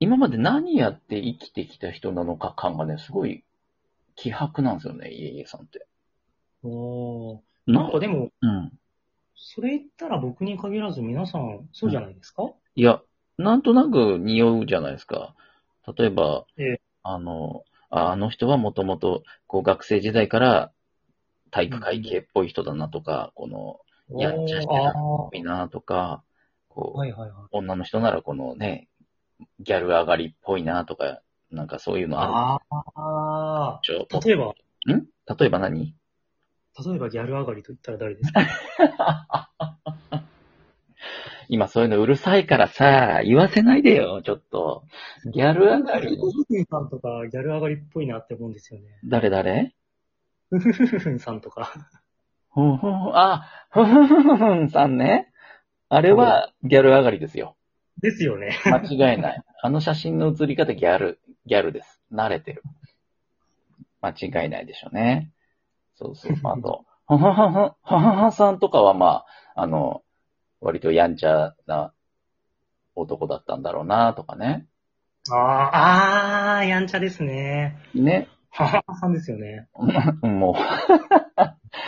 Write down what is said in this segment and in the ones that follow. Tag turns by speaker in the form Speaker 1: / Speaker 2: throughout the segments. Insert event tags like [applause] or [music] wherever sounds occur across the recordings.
Speaker 1: 今まで何やって生きてきた人なのか感がね、すごい希薄なんですよね、家々さんって。
Speaker 2: おーなんかでも、
Speaker 1: うん。
Speaker 2: それ言ったら僕に限らず皆さん、そうじゃないですか、
Speaker 1: いや、なんとなく匂うじゃないですか。例えば、
Speaker 2: ええ
Speaker 1: あの、ああの人はもともと、こう学生時代から体育会系っぽい人だなとか、この、
Speaker 2: おー
Speaker 1: やっちゃしてた
Speaker 2: あー
Speaker 1: みんなとか、こう、
Speaker 2: はいはいはい。
Speaker 1: 女の人ならこのね、ギャル上がりっぽいなとか、なんかそういうのある
Speaker 2: ああ
Speaker 1: でしょ
Speaker 2: ー。例えば、
Speaker 1: ん例えば何
Speaker 2: 例えばギャル上がりと言ったら誰ですか
Speaker 1: 今そういうのうるさいからさ、言わせないでよ、ちょっと。ギャル上がり
Speaker 2: ふ。ふふんさんとかギャル上がりっぽいなって思うんですよね。
Speaker 1: 誰誰
Speaker 2: ふふふふんさんとか。
Speaker 1: ふんふんふん、あ、ふふふふふんさんね。あれはギャル上がりですよ。
Speaker 2: ですよね。
Speaker 1: 間違いない。あの写真の写り方ギャル、ギャルです。慣れてる。間違いないでしょうね。そうそう。あと、ふんふんふんふん、ふんふんふんさんとかはまあ、あの、割とやんちゃな男だったんだろうなとかね。
Speaker 2: ああ、あーやんちゃですね。
Speaker 1: ね。
Speaker 2: 母さんですよ
Speaker 1: [laughs]
Speaker 2: ね。
Speaker 1: うんもう。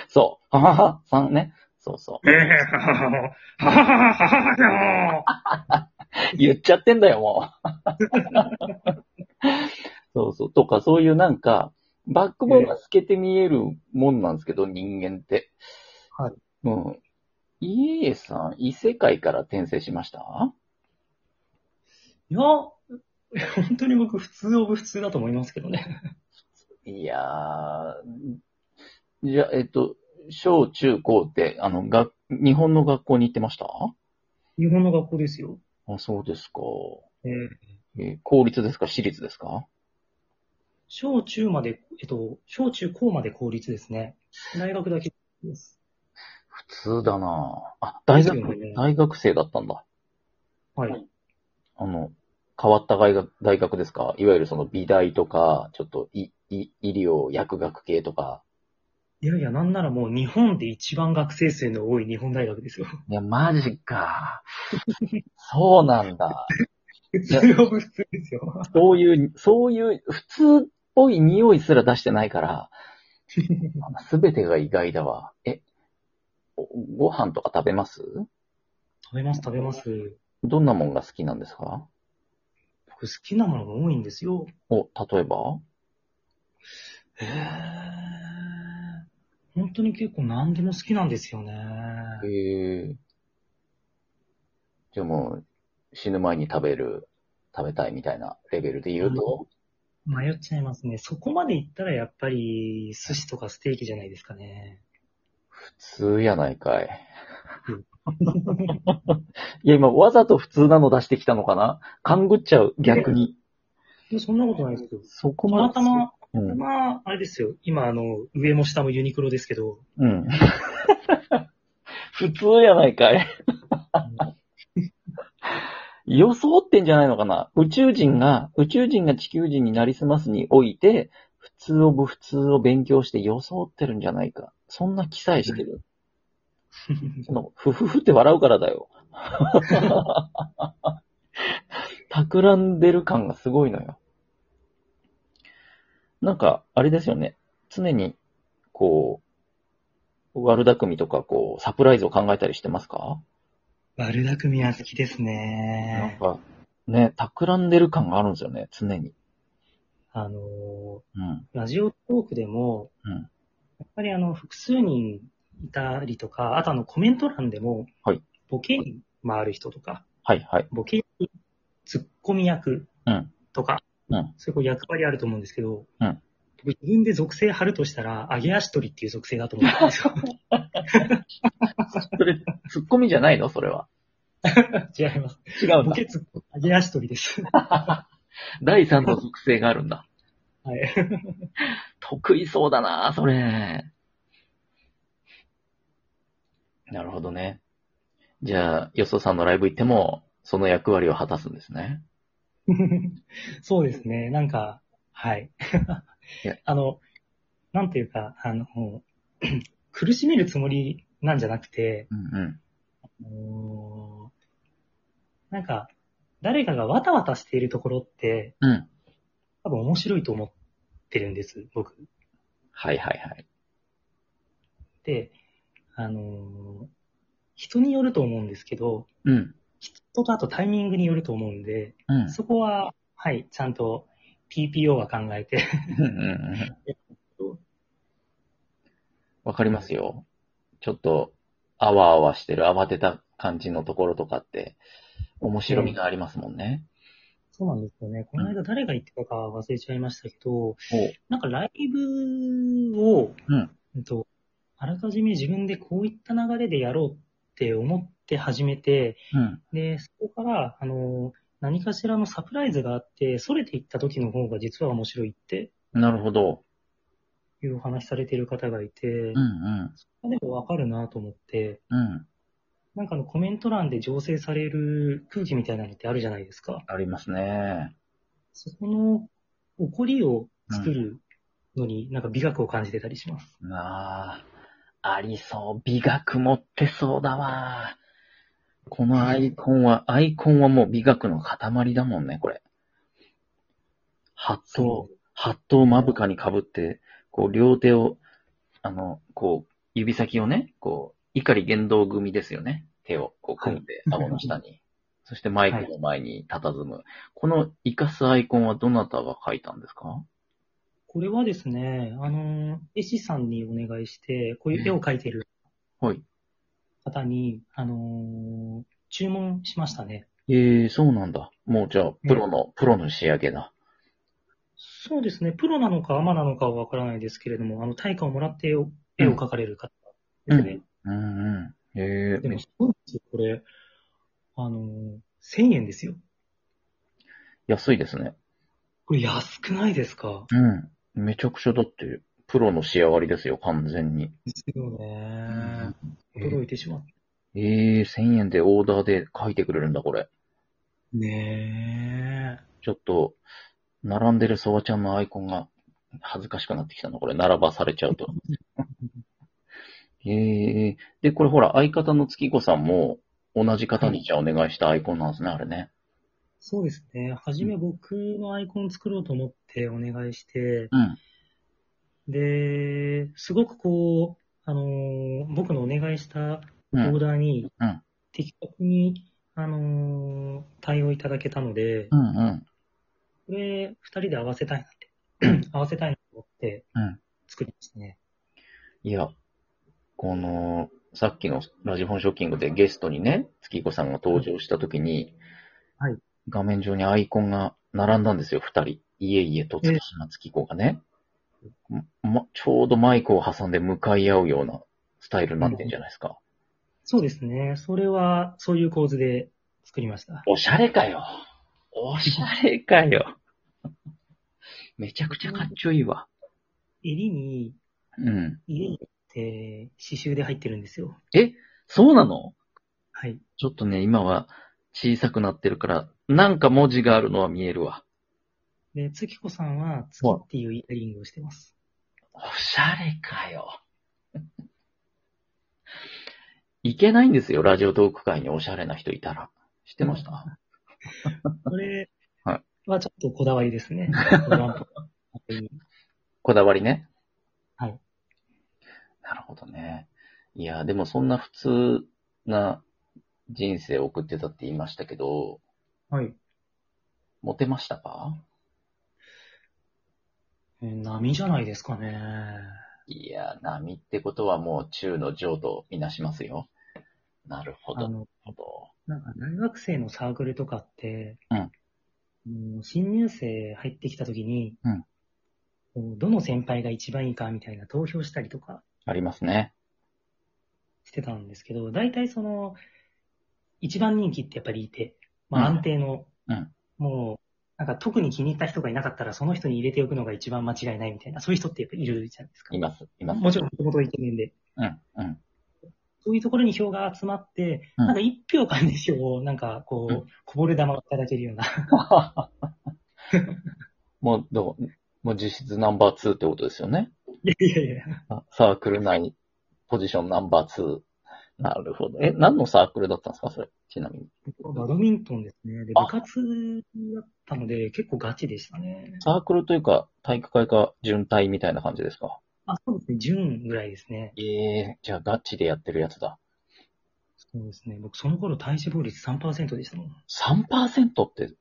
Speaker 1: そう。は [laughs] ははさんね。そうそう。
Speaker 2: ええはははははは
Speaker 1: 言っちゃってんだよ、もう。 [laughs] そうそう。とか、そういうなんか、バックボーンが透けて見えるもんなんですけど、人間って。
Speaker 2: はい。
Speaker 1: うん。家さん、異世界から転生しました
Speaker 2: いや、本当に僕、普通オブ普通だと思いますけどね。
Speaker 1: いやー。じゃあ、えっと、小中高って、あの、が、日本の学校に行ってました
Speaker 2: 日本の学校ですよ。
Speaker 1: あ、そうですか。
Speaker 2: えー
Speaker 1: えー公立ですか私立ですか
Speaker 2: 小中まで、えっと、小中高まで公立ですね。大学だけです。
Speaker 1: 普通だなあ、大学、
Speaker 2: ですよね
Speaker 1: 大学生だったんだ。
Speaker 2: はい。
Speaker 1: あの、変わった大学大学ですかいわゆるその美大とか、ちょっといい医療、薬学系とか。
Speaker 2: いやいや、なんならもう日本で一番学生数の多い日本大学ですよ。
Speaker 1: いや、マジか。そうなんだ。
Speaker 2: 普通オブ普通ですよ。
Speaker 1: そういう、そういう、普通っぽい匂いすら出してないから、すべてが意外だわ。え、おご飯とか食べます
Speaker 2: 食べます、食べます。
Speaker 1: どんなもんが好きなんですか
Speaker 2: 僕好きなものが多いんですよ。
Speaker 1: お、例えば
Speaker 2: へ本当に結構何でも好きなんですよね。
Speaker 1: へえ。じゃあもう、死ぬ前に食べる、食べたいみたいなレベルで言うと、
Speaker 2: 迷っちゃいますね。そこまで行ったらやっぱり寿司とかステーキじゃないですかね。
Speaker 1: 普通やないかい。 [laughs] いや、今、わざと普通なの出してきたのかな勘ぐっちゃう、逆に。
Speaker 2: いやそんなことないですよ。
Speaker 1: そこ
Speaker 2: た
Speaker 1: ま
Speaker 2: ま
Speaker 1: で。
Speaker 2: たま、
Speaker 1: うん。
Speaker 2: まあ、あれですよ。今、あの、上も下もユニクロですけど、
Speaker 1: うん。 [laughs] 普通やないかい。予想ってんじゃないのかな宇宙人が、宇宙人が地球人になりすますにおいて、普通を部普通を勉強して予想ってるんじゃないか。そんな記載してる。その、ふふふって笑うからだよ。 [laughs] 企んでる感がすごいのよ。なんか、あれですよね。常に、こう、悪巧みとか、こう、サプライズを考えたりしてますか
Speaker 2: 悪巧みは好きです
Speaker 1: なん
Speaker 2: ね。
Speaker 1: か、ね、企んでる感があるんですよね、常に。
Speaker 2: あの、
Speaker 1: うん。
Speaker 2: ラジオトークでも、
Speaker 1: うん
Speaker 2: やっぱりあの、複数人いたりとか、あとあの、コメント欄でも、
Speaker 1: はい
Speaker 2: ボケに回る人とか、
Speaker 1: はい、はい。
Speaker 2: ボケにツッコミ役
Speaker 1: うん
Speaker 2: とか、
Speaker 1: うん
Speaker 2: そういうこう役割あると思うんですけど、
Speaker 1: うん
Speaker 2: 僕自分で属性貼るとしたら、揚げ足取りっていう属性だと思うんですよ。
Speaker 1: [laughs] それ、ツッコミじゃないのそれは。 [laughs]
Speaker 2: 違います。
Speaker 1: 違うん
Speaker 2: ボ
Speaker 1: だ。
Speaker 2: ケツッコミ、揚げ足取り
Speaker 1: [laughs]
Speaker 2: です。
Speaker 1: 第三の属性があるんだ。
Speaker 2: はい。
Speaker 1: 得意そうだな、それ。なるほどね。じゃあ、よそさんのライブ行っても、その役割を果たすんですね。
Speaker 2: そうですね。なんか、はい
Speaker 1: いや。
Speaker 2: [laughs] あの、なんていうか、あの、 [clears throat] 苦しめるつもりなんじゃなくて、
Speaker 1: うん
Speaker 2: あのなんか、誰かがわたわたしているところって、
Speaker 1: うん。
Speaker 2: 多分面白いと思ってるんです、僕。
Speaker 1: はいはいはい。
Speaker 2: で、あのー人によると思うんですけど、
Speaker 1: うん。
Speaker 2: 人とあとタイミングによると思うんで、
Speaker 1: うん。
Speaker 2: そこは、はい、ちゃんと PPO は考えて、
Speaker 1: うんうんうんわかりますよ。ちょっと、あわあわしてる、慌てた感じのところとかって、面白みがありますもんね。
Speaker 2: そうなんですよね。この間誰が言ってたか忘れちゃいましたけど、
Speaker 1: おう
Speaker 2: なんかライブを、
Speaker 1: うん
Speaker 2: うんと、あらかじめ自分でこういった流れでやろうって思って始めて、
Speaker 1: うん。
Speaker 2: で、そこから、あの、何かしらのサプライズがあって、それていった時の方が実は面白いって
Speaker 1: なるほど。
Speaker 2: いうお話されてる方がいて、
Speaker 1: うんうん。
Speaker 2: でもわかるなと思って、
Speaker 1: うん。
Speaker 2: なんかあのコメント欄で醸成される空気みたいなのってあるじゃないですか。
Speaker 1: ありますね。
Speaker 2: そこの起こりを作るのに、なんか美学を感じてたりします。
Speaker 1: なあ、ありそう。美学持ってそうだわ。このアイコンは、アイコンはもう美学の塊だもんね、これ。ハットを、ハットをまぶかにかぶって、こう、両手を、あの、こう、指先をね、こう、怒り言動組ですよね。手を、こう、組んで、
Speaker 2: はい
Speaker 1: 顎の下に。そしてマイクの前に佇む。この生かすアイコンはどなたが書いたんですか
Speaker 2: これはですね、あの、絵師さんにお願いして、こういう絵を描いてる
Speaker 1: はい。
Speaker 2: 方に、あのー注文しましたね。
Speaker 1: ええそうなんだ。もうじゃあ、プロの、プロの仕上げだ。
Speaker 2: そうですね、プロなのかアマなのかはわからないですけれども、あの、対価をもらって絵を絵を描かれる方ですね。
Speaker 1: うんうん。ええ
Speaker 2: でも、すごいんですよ、これ。あのー、1000円ですよ。
Speaker 1: 安いですね。
Speaker 2: これ安くないですか
Speaker 1: うん。めちゃくちゃだって、プロの仕上がりですよ、完全に。
Speaker 2: ですよね。驚いてしまった。
Speaker 1: ええ1000円でオーダーで書いてくれるんだ、これ。
Speaker 2: ねえ。
Speaker 1: ちょっと、並んでるソワちゃんのアイコンが恥ずかしくなってきたな、これ。並ばされちゃう [laughs] と。ええで、これほら、相方の月子さんも、同じ方にじゃあお願いしたアイコンなんですね、あれね。
Speaker 2: そうですね。はじめ僕のアイコン作ろうと思ってお願いして、
Speaker 1: うん。
Speaker 2: で、すごくこう、あのー僕のお願いした
Speaker 1: う
Speaker 2: オ
Speaker 1: ん
Speaker 2: ー。ダーに
Speaker 1: うん、
Speaker 2: 的確に、あのー対応いただけたので、
Speaker 1: うんうん。
Speaker 2: これ、二人で合わせたいなって、 [clears throat] 合わせたいなと思って
Speaker 1: うん、
Speaker 2: 作りましたね。
Speaker 1: いや、この、さっきのラジフォンショッキングでゲストにね、月子さんが登場した時に、
Speaker 2: はい
Speaker 1: 画面上にアイコンが並んだんですよ、二人。いえいえと月島月子がね、ま。ちょうどマイクを挟んで向かい合うようなスタイルになってんじゃないですか。
Speaker 2: そうですね。それは、そういう構図で作りました。
Speaker 1: おしゃれかよ。おしゃれかよ。 [laughs] めちゃくちゃかっちょいいわ。
Speaker 2: 襟に、
Speaker 1: うん。
Speaker 2: 家に行って、刺繍で入ってるんですよ。
Speaker 1: そうなの
Speaker 2: はい。
Speaker 1: ちょっとね、今は小さくなってるから、なんか文字があるのは見えるわ。
Speaker 2: で、月子さんは、月っていうイヤリングをしてます。
Speaker 1: おしゃれかよ。 [laughs] いけないんですよ、ラジオトーク会におしゃれな人いたら。知ってました、
Speaker 2: これ
Speaker 1: はい
Speaker 2: はちょっとこだわりで
Speaker 1: [laughs]
Speaker 2: すね。こだわり
Speaker 1: こだわりね。
Speaker 2: はい。
Speaker 1: なるほどね。いや、でもそんな普通な人生を送ってたって言いましたけど、
Speaker 2: はい。
Speaker 1: モテましたか
Speaker 2: えー波じゃないですかね。
Speaker 1: いや、波ってことはもう中の上とみなしますよ。なるほ
Speaker 2: あ
Speaker 1: ど。なる
Speaker 2: の、
Speaker 1: ほど。
Speaker 2: なんか大学生のサークルとかって、
Speaker 1: うん
Speaker 2: もう新入生入ってきた時に、
Speaker 1: うん
Speaker 2: こうどの先輩が一番いいかみたいな投票したりとか
Speaker 1: ありますね。
Speaker 2: してたんですけど、大体その、一番人気ってやっぱりいて、まあ
Speaker 1: うん
Speaker 2: 安定の、
Speaker 1: うん
Speaker 2: もう、なんか特に気に入った人がいなかったら、その人に入れておくのが一番間違いないみたいな、そういう人ってやっぱいるじゃないですか。
Speaker 1: います、います。
Speaker 2: もちろん、もともとイケメンで。
Speaker 1: うん、うん。 [laughs]
Speaker 2: そういうところに票が集まって、
Speaker 1: うん
Speaker 2: なんか一票か二票を、なんかこう、
Speaker 1: うん
Speaker 2: こぼれ玉をいただけるような。 [laughs]
Speaker 1: もう、どう、もう実質ナンバー2ってことですよね。
Speaker 2: いやいやいや。
Speaker 1: あサークル内、ポジションナンバー2。なるほど。え、何のサークルだったんですかそれ、ちなみに。
Speaker 2: バドミントンですね。で、
Speaker 1: あ
Speaker 2: 部活だったので、結構ガチでしたね。
Speaker 1: サークルというか、体育会か、準体みたいな感じですか
Speaker 2: あ、そうですね。準ぐらいですね。
Speaker 1: ええじゃあガチでやってるやつだ。
Speaker 2: そうですね。僕、その頃体脂肪率3%でしたもん。
Speaker 1: 3%って、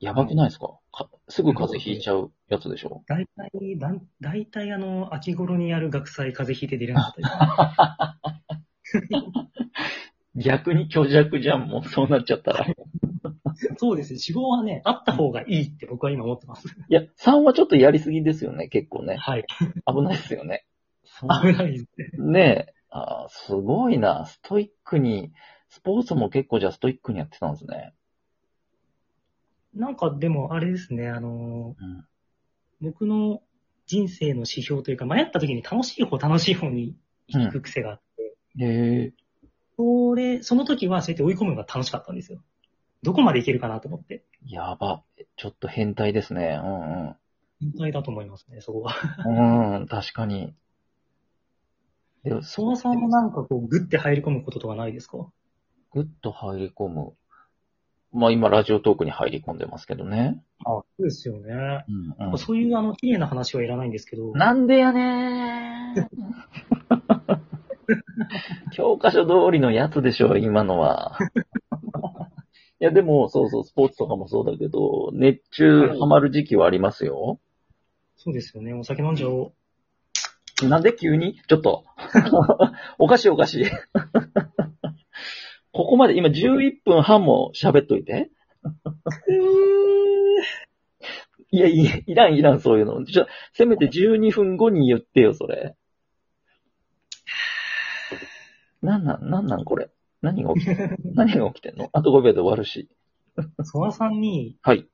Speaker 1: やばくないですか,、かすぐ風邪ひいちゃうやつでしょ
Speaker 2: 大体、だん大体あの、秋頃にやる学祭、風邪ひいて出れなかったですね
Speaker 1: [laughs] 逆に虚弱じゃん、もうそうなっちゃった [laughs] ら。い
Speaker 2: そうですね。脂肪はね、あった方がいいって僕は今思ってます。
Speaker 1: や、3はちょっとやりすぎですよね、結構ね。
Speaker 2: はい。
Speaker 1: 危ないですよね。そう
Speaker 2: 危ないですね。
Speaker 1: ねえ。あーすごいな。ストイックに、スポーツも結構じゃあストイックにやってたんですね。
Speaker 2: なんかでも、あれですね。あの、
Speaker 1: うん
Speaker 2: 僕の人生の指標というか、迷った時に楽しい方、楽しい方に行く癖があって、
Speaker 1: へえ。
Speaker 2: それ、その時はそうやって追い込むのが楽しかったんですよ。どこまでいけるかなと思って。
Speaker 1: やば。ちょっと変態ですね。う
Speaker 2: 引退だと思いますね、そこは。
Speaker 1: んうん。うん、確かに。でも、
Speaker 2: 相馬さんもなんかこう、グッて入り込むこととかないですか
Speaker 1: ぐっと入り込む。まあ今、ラジオトークに入り込んでますけどね。
Speaker 2: あそうですよね。
Speaker 1: うん
Speaker 2: そういうあの、綺麗な話はいらないんですけど、
Speaker 1: なんでやね [laughs] ー。教科書通りのやつでしょ、今のは。いや、でも、そうそう、スポーツとかもそうだけど、熱中ハマる時期はありますよ。
Speaker 2: そうですよね。お酒飲んじゃおう。
Speaker 1: なんで急にちょっと。 [laughs] おかしいおかしい。ここまで、今11分半も喋っといて。いや、いいらんいらん、そういうの。ちょ、せめて12分後に言ってよ、それ。なんなん、なんなん、これ。何が起きてんの何が起きてんのあと5秒で終わるし。
Speaker 2: ソワさんに、
Speaker 1: はい。